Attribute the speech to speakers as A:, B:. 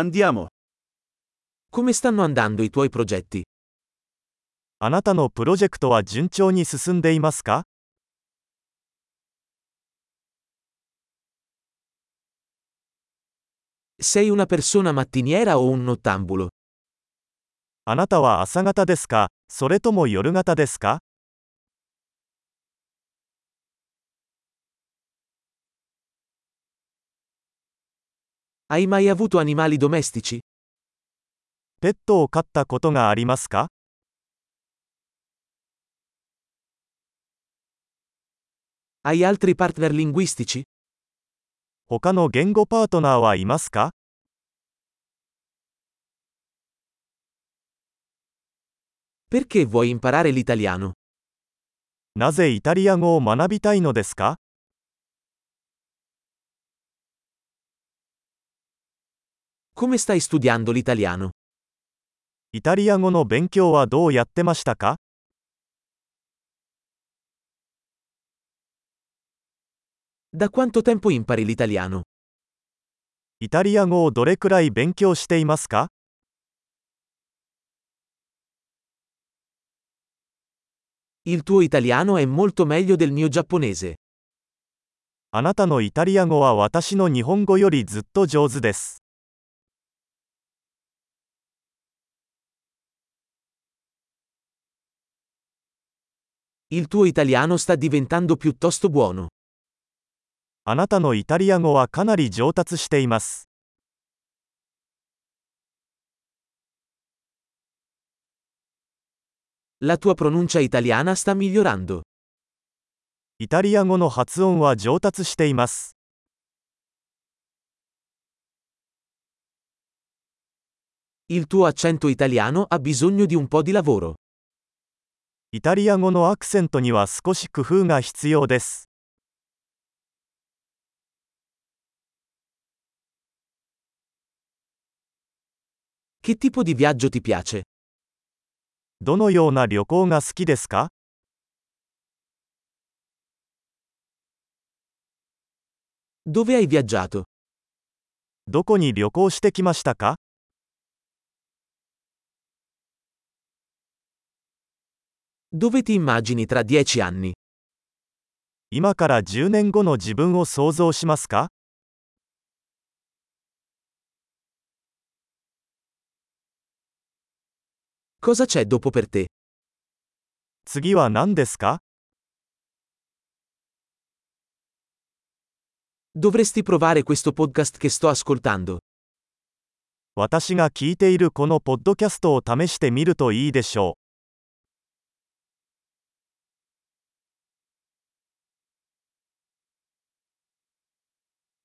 A: Andiamo.
B: Come stanno andando i tuoi progetti?
C: あなたのプロジェクトは順調に進んでいますか
B: Sei una persona mattiniera o un nottambulo?
C: あなたは朝方ですかそれとも夜型ですか
B: Hai mai avuto animali domestici?
C: ペットを飼ったことがありますか
B: Hai altri partner linguistici?
C: 他の言語パートナーはいますか
B: Perché vuoi imparare l'italiano?
C: なぜイタリア語を学びたいのですか
B: Come stai studiando l'italiano?
C: イタリア語の勉強はどうやってましたか
B: Da quanto tempo impari l'italiano?
C: イタリア語をどれくらい勉強していますか
B: Il tuo italiano è molto meglio del mio giapponese.
C: あなたのイタリア語は私の日本語よりずっと上手です。
B: Il tuo italiano sta diventando piuttosto buono.
C: あなたのイタリア語はかなり上達しています。
B: La tua pronuncia italiana sta migliorando.
C: イタリア語の発音は上達しています。
B: Il tuo accento italiano ha bisogno di un po' di lavoro.
C: イタリア語のアクセントには少し工夫が必要です。
B: Che tipo di viaggio ti piace?
C: どのような旅行が好きですか
B: Dove hai viaggiato?
C: どこに旅行してきましたか
B: Dove ti immagini tra dieci anni?
C: 今から10年後の自分を想像しますか
B: Cosa c'è dopo per te?
C: 次は何ですか
B: Dovresti provare questo podcast che sto ascoltando.
C: 私が聞いているこのポッドキャストを試してみるといいでしょう。